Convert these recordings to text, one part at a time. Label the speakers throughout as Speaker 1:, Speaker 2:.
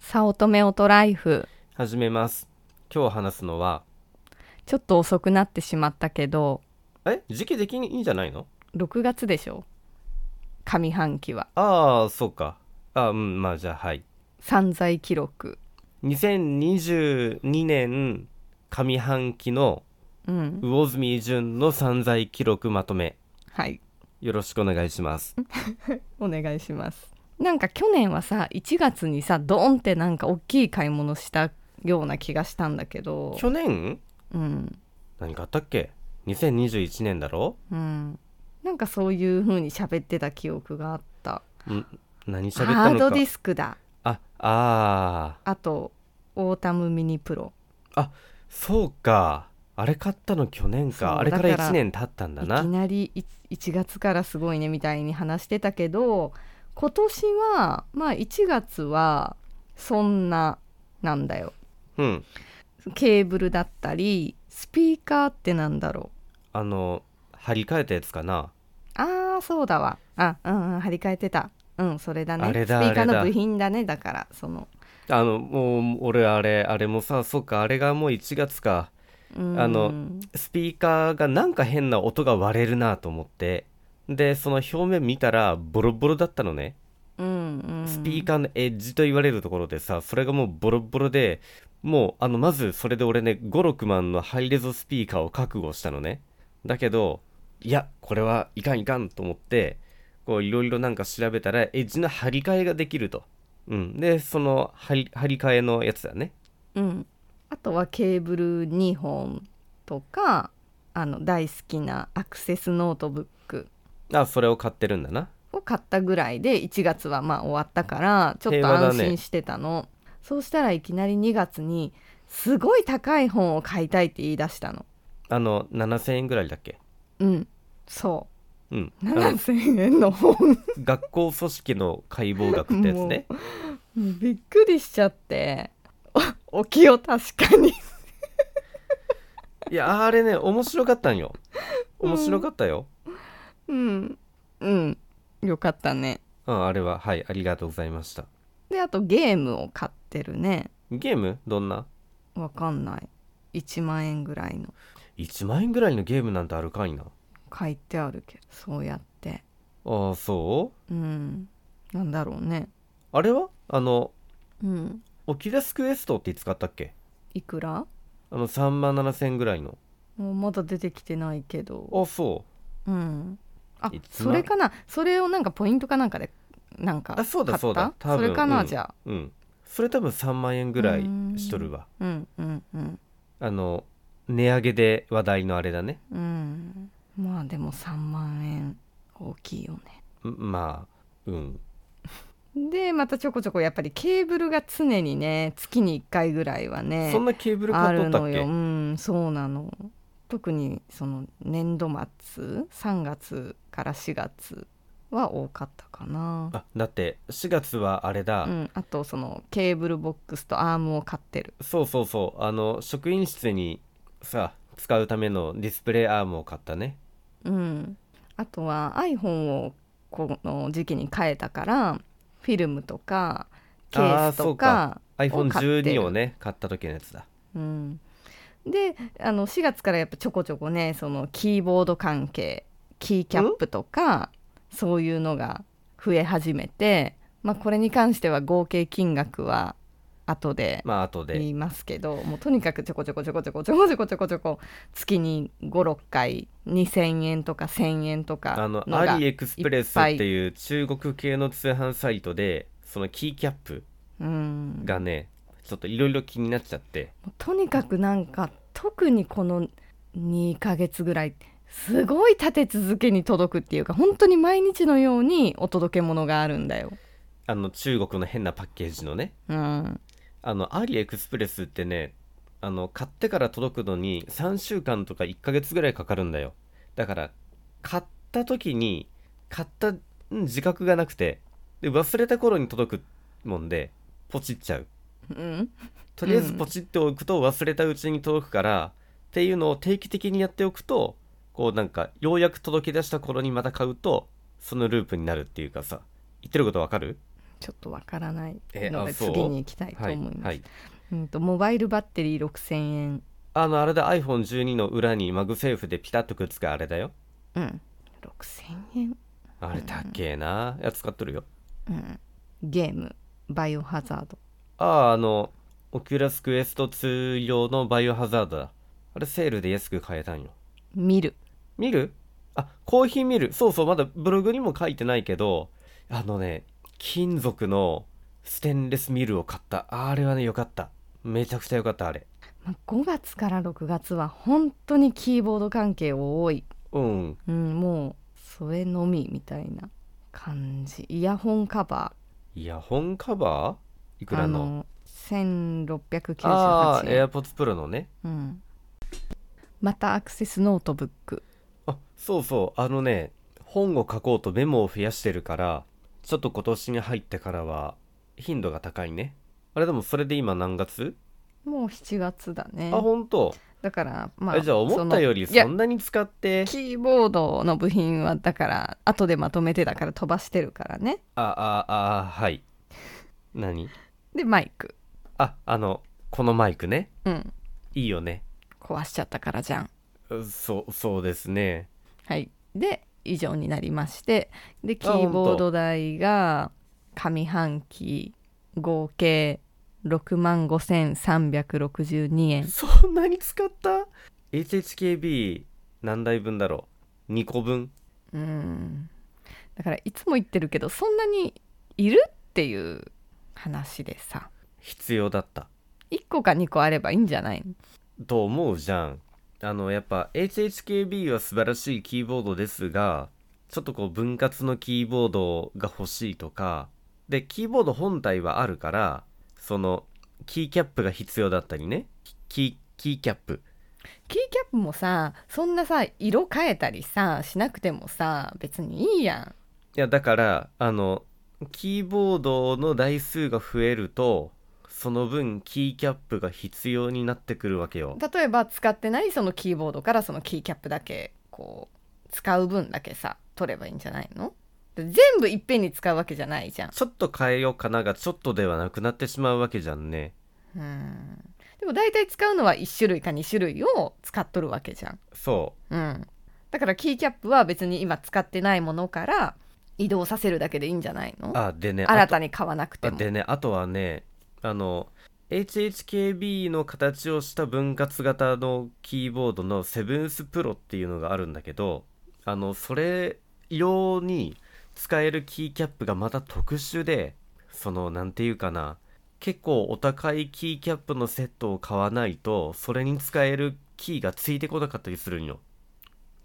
Speaker 1: さおとめおとライフ
Speaker 2: 始めます今日話すのは
Speaker 1: ちょっと遅くなってしまったけど
Speaker 2: え時期的にいいんじゃないの
Speaker 1: 6月でしょ上半期は
Speaker 2: ああそうかあうんまあじゃあはい
Speaker 1: 散財記録
Speaker 2: 2022年上半期の
Speaker 1: うん
Speaker 2: 魚住淳の散財記録まとめ
Speaker 1: はい
Speaker 2: よろしくお願いします
Speaker 1: お願いしますなんか去年はさ1月にさドーンってなんか大きい買い物したような気がしたんだけど
Speaker 2: 去年
Speaker 1: うん
Speaker 2: 何買ったっけ2021年だろ
Speaker 1: うんなんかそういう風に喋ってた記憶があった
Speaker 2: ん何喋った
Speaker 1: ハー
Speaker 2: の
Speaker 1: ド
Speaker 2: か
Speaker 1: ディスクだ
Speaker 2: ああ
Speaker 1: あとオータムミニプロ
Speaker 2: ーそうかあれ買ったの去年
Speaker 1: そう
Speaker 2: かあれか
Speaker 1: だ
Speaker 2: ら
Speaker 1: から
Speaker 2: 1年経ったんだない
Speaker 1: きなりい1月からすごいねみたいに話してたけど今年はまあ1月はそんななんだよ
Speaker 2: うん
Speaker 1: ケーブルだったりスピーカーってなんだろう
Speaker 2: あの張り替えたやつかな
Speaker 1: あーそうだわあうんうん張り替えてたうんそれだね
Speaker 2: あれだ
Speaker 1: スピーカー
Speaker 2: あれ
Speaker 1: の
Speaker 2: だ
Speaker 1: 部品だねだからその、
Speaker 2: あのもう俺あれあれもさそうかあれがもう1月か
Speaker 1: うん、
Speaker 2: あのスピーカーがなんか変な音が割れるなと思ってでその表面見たらボロボロだったのね
Speaker 1: うんうん
Speaker 2: スピーカーのエッジと言われるところでさそれがもうボロボロでもうあのまずそれで俺ね56万のハイレゾスピーカーを覚悟したのねだけどいやこれはいかんいかんと思ってこういろいろなんか調べたらエッジの張り替えができると、うん、でその張り張り替えのやつだね
Speaker 1: うん、あとはケーブル2本とかあの大好きなアクセスノートブック
Speaker 2: あそれを買ってるんだな
Speaker 1: を買ったぐらいで1月はまあ終わったからちょっと
Speaker 2: 平和だ
Speaker 1: 安
Speaker 2: ね
Speaker 1: 心してたの、そうしたらいきなり2月にすごい高い本を買いたいって言い出したの
Speaker 2: あの7000円ぐらいだっけ
Speaker 1: うんそ
Speaker 2: うん
Speaker 1: う
Speaker 2: あの
Speaker 1: 7000円の本
Speaker 2: 学校組織の解剖学ってやつね
Speaker 1: びっくりしちゃって お起きよ確かに
Speaker 2: いやあれね面白かったんよ
Speaker 1: うん
Speaker 2: 面白かったよ、
Speaker 1: うんうんよかったね
Speaker 2: うん、あれははいありがとうございました
Speaker 1: であとゲームを買ってるね
Speaker 2: ゲームどんな
Speaker 1: わかんない1万円ぐらいの
Speaker 2: 1万円ぐらいのゲームなんてあるかいな
Speaker 1: 書いてあるけどそうやって
Speaker 2: ああそう
Speaker 1: うんなんだろうね
Speaker 2: あれはあの
Speaker 1: うん
Speaker 2: オキュラスクエストって使ったっけ
Speaker 1: いくら
Speaker 2: あの3万7000円ぐらいの
Speaker 1: もうまだ出てきてないけど
Speaker 2: あそう
Speaker 1: うんあ
Speaker 2: いつ
Speaker 1: そ
Speaker 2: ま
Speaker 1: れかなそれをなんかポイントかなんかでなんか買
Speaker 2: あ
Speaker 1: った
Speaker 2: そうだそうだ多分
Speaker 1: れかな、
Speaker 2: うん
Speaker 1: じゃあ
Speaker 2: うんそれ多分3万円ぐらいしとるわ
Speaker 1: うんうんうん
Speaker 2: あの値上げで話題のあれだね
Speaker 1: うんまあでも3万円大きいよ
Speaker 2: んまあうん
Speaker 1: ねでまたちょこちょこやっぱりケーブルが常にね月に1回ぐらいはね
Speaker 2: そんなケーブル
Speaker 1: あ
Speaker 2: 買っと
Speaker 1: る
Speaker 2: った
Speaker 1: の
Speaker 2: っ
Speaker 1: よう
Speaker 2: け
Speaker 1: んそうなの特にその年度末3月から4月は多かったかな
Speaker 2: あだって4月はあれだ、
Speaker 1: うん、あとそのケーブルボックスとアームを買ってる
Speaker 2: そうそうそうあの職員室にさ使うためのディスプレイアームを買ったね
Speaker 1: うんあとは iPhone をこの時期に変えたからフィルムとかケース
Speaker 2: あーそ
Speaker 1: と
Speaker 2: う
Speaker 1: か
Speaker 2: か
Speaker 1: を買ってる
Speaker 2: iPhone12 をね買った時のやつだ
Speaker 1: うん、であの4月からやっぱちょこちょこねそのキーボード関係キーキャップとかそういうのが増え始めて、まあ、これに関しては合計金額は後で
Speaker 2: まあ後
Speaker 1: 言
Speaker 2: で
Speaker 1: いますけどもうとにかくちょこちょこちょこちょこちょこちょこちょこちょこ月に56回2,000円とか1,000円とか
Speaker 2: あ
Speaker 1: の
Speaker 2: の
Speaker 1: が
Speaker 2: アリエクスプレスっ
Speaker 1: いっぱい
Speaker 2: ていう中国系の通販サイトでそのキーキャップ
Speaker 1: うん、
Speaker 2: がねちょっといろいろ気になっちゃって
Speaker 1: もうとにかくなんか特にこの2ヶ月ぐらいすごい立て続けに届くっていうか本当に毎日のようにお届け物があるんだよ。
Speaker 2: あの中国の変なパッケージのね
Speaker 1: うん、
Speaker 2: あのアリエクスプレスってねあの買ってから届くのに3週間とか1ヶ月ぐらいかかるんだよだから買った時に買ったん自覚がなくてで忘れた頃に届くもんでポチっちゃう
Speaker 1: うん、
Speaker 2: とりあえずポチっておくと忘れたうちに届くから、っていうのを定期的にやっておくとこうなんかようやく届き出した頃にまた買うとそのループになるっていうかさ言ってることわかる
Speaker 1: ちょっとわからない
Speaker 2: え
Speaker 1: の
Speaker 2: あ
Speaker 1: で
Speaker 2: そう
Speaker 1: 次に行きたいと
Speaker 2: は
Speaker 1: 思
Speaker 2: い
Speaker 1: います、
Speaker 2: はい
Speaker 1: うん、とモバイルバッテリー6000円、
Speaker 2: あのあれだ iPhone12 の裏にマグセーフでピタッとくっつくあれだよ
Speaker 1: うん、6000円、
Speaker 2: あれだっけえな、いや使っとるよ
Speaker 1: うん、ゲーム「バイオハザード
Speaker 2: あああのオキュラスクエスト2用のバイオハザードだあれセールで安く買えたんよ」
Speaker 1: 見る
Speaker 2: 見るあコーヒー見るそうそうまだブログにも書いてないけどあのね金属のステンレスミルを買ったあれはねよかっためちゃくちゃよかったあれ
Speaker 1: まあ5月から6月は本当にキーボード関係多い、
Speaker 2: うん
Speaker 1: うん、もうそれのみみたいな感じイヤホンカバ
Speaker 2: イヤホンカバーいく
Speaker 1: ー
Speaker 2: ら
Speaker 1: あ
Speaker 2: の
Speaker 1: の1698
Speaker 2: ああ
Speaker 1: 円
Speaker 2: AirPods Pro のね
Speaker 1: うん、またアクセスノートブック
Speaker 2: あそうそうあのね本を書こうとメモを増やしてるからちょっと今年に入ってからは頻度が高いねあれでもそれで今何月
Speaker 1: もう7月だね
Speaker 2: あ本当
Speaker 1: だからま
Speaker 2: あ
Speaker 1: あ
Speaker 2: じゃあ思ったより
Speaker 1: そのいや
Speaker 2: そんなに使って
Speaker 1: キーボードの部品はだから後でまとめてだから飛ばしてるからね
Speaker 2: あああはい何
Speaker 1: でマイク
Speaker 2: ああのこのマイクね
Speaker 1: うん
Speaker 2: いいよね
Speaker 1: 壊しちゃったからじゃん
Speaker 2: うそうそうですね
Speaker 1: はいで以上になりましてでキ
Speaker 2: あ
Speaker 1: ーボード代が上半期合計6万5362円
Speaker 2: そんなに使った ?HHKB 何台分だろう2個分
Speaker 1: うんだからいつも言ってるけどそんなにいるっていう話でさ
Speaker 2: 必要だった
Speaker 1: 1個か2個あればいいんじゃないの
Speaker 2: と思うじゃんあのやっぱ HHKB は素晴らしいキーボードですがちょっとこう分割のキーボードが欲しいとかでキーボード本体はあるからそのキーキャップが必要だったりねキキーキャップ
Speaker 1: キーキャップもさそんなさ色変えたりさしなくてもさ別にいいや
Speaker 2: いやだからあのキーボードの台数が増えるとその分キーキャップが必要になってくるわけよ
Speaker 1: ん例えば使ってないそのキーボードからそのキーキャップだけこう使う分だけさ取ればいいんじゃないの全部いっぺんに使うわけじゃないじゃん
Speaker 2: ちょっと変えようかながちょっとではなくなってしまうわけじゃんね
Speaker 1: うんでも大体使うのは1種類か2種類を使っとるわけじゃん
Speaker 2: そう
Speaker 1: うんだからキーキャップは別に今使ってないものから移動させるだけでいいんじゃないの
Speaker 2: あでね
Speaker 1: 新たに買わなくて
Speaker 2: あ
Speaker 1: も
Speaker 2: でねあとはねあの HHKB の形をした分割型のキーボードのセブンスプロっていうのがあるんだけどあのそれ用に使えるキーキャップがまた特殊でそのなんていうかな結構お高いキーキャップのセットを買わないとそれに使えるキーがついてこなかったりするんよ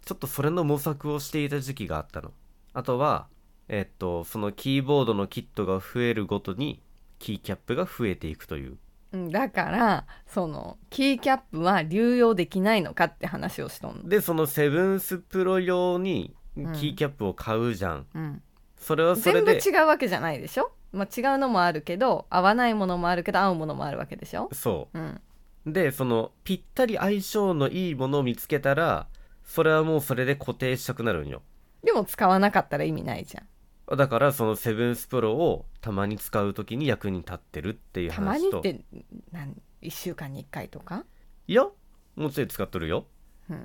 Speaker 2: ちょっとそれの模索をしていた時期があったのあとはえっと、そのキーボードのキットが増えるごとに、キーキャップが増えていくという。
Speaker 1: うんだからそのキーキャップは流用できないのかって話をしとんの、
Speaker 2: で、そのセブンスプロ用に
Speaker 1: うん
Speaker 2: キーキャップを買うじゃん。それはそれ
Speaker 1: 全部
Speaker 2: で、
Speaker 1: 違うわけじゃないでしょ、まあ、違うのもあるけど合わないものもあるけど合うものもあるわけでしょ、
Speaker 2: そ
Speaker 1: うん、
Speaker 2: う。で、その、ぴったり相性のいいものを見つけたら、それはもうそれで固定したくなるんよ。
Speaker 1: でも使わなかったら意味ないじゃん
Speaker 2: だから、そのセブンスプロをたまに使うときに役に立ってるっていう話と。
Speaker 1: たまにって何1週間に1回とか
Speaker 2: いや、もうちょい使っとるよ。
Speaker 1: うー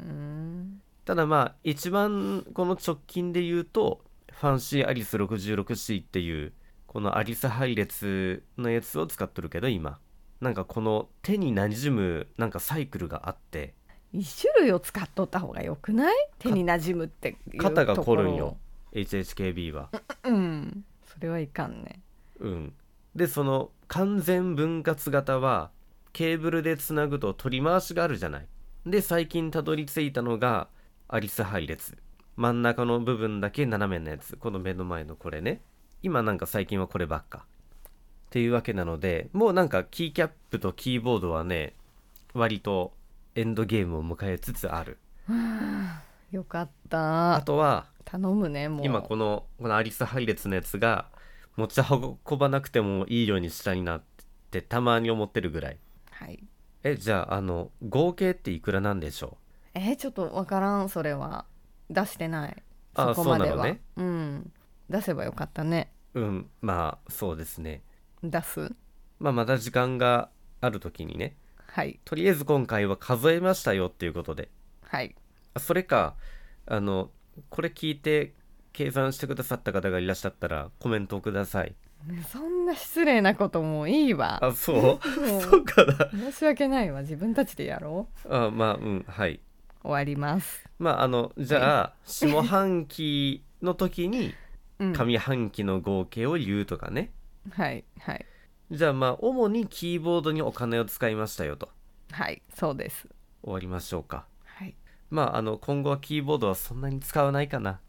Speaker 1: ん
Speaker 2: ただまあ一番この直近で言うとファンシーアリス 66C っていうこのアリス配列のやつを使っとるけど今なんかこの手に馴染むなんかサイクルがあって
Speaker 1: 1種類を使っとった方がよくない手に馴染むっていう
Speaker 2: 肩が
Speaker 1: とこ
Speaker 2: 凝
Speaker 1: ろ
Speaker 2: るんよ HHKB は
Speaker 1: うんそれはいかんね
Speaker 2: うんでその完全分割型はケーブルでつなぐと取り回しがあるじゃないで最近たどり着いたのがアリス配列真ん中の部分だけ斜めのやつこの目の前のこれね今なんか最近はこればっかっていうわけなのでもうなんかキーキャップとキーボードはね割とエンドゲームを迎えつつある
Speaker 1: よかっ
Speaker 2: あ
Speaker 1: た
Speaker 2: とは
Speaker 1: 頼むねもう
Speaker 2: 今このこのアリス配列のやつが持ち運ばなくてもいいようにしたいなってたまに思ってるぐらい
Speaker 1: はい
Speaker 2: えじゃああの合計っていくらなんでしょ
Speaker 1: えーちょっとわからんそれは出してない
Speaker 2: あ
Speaker 1: そこまで
Speaker 2: そう
Speaker 1: は
Speaker 2: なのね
Speaker 1: うん出せばよかったね
Speaker 2: ううんまあそうですね
Speaker 1: 出す
Speaker 2: まあまた時間がある時にね
Speaker 1: はい
Speaker 2: とりあえず今回は数えましたよっていうことで
Speaker 1: はい
Speaker 2: あそれかあのこれ聞いて計算してくださった方がいらっしゃったらコメントをください
Speaker 1: そんな失礼なこともういいわ
Speaker 2: あそう
Speaker 1: もう
Speaker 2: そうかな
Speaker 1: 申し訳ないわ自分たちでやろ
Speaker 2: あまあうんはいう
Speaker 1: 終わります、
Speaker 2: まああのじゃあ下半期の時に
Speaker 1: うん、はい
Speaker 2: 上半期の合計を言うとかね、
Speaker 1: はい
Speaker 2: じゃあまあ主にキーボードにお金を使いましたよと
Speaker 1: はいそうです
Speaker 2: 終わりましょうか
Speaker 1: はい
Speaker 2: まああの今後はキーボードはそんなに使わないかな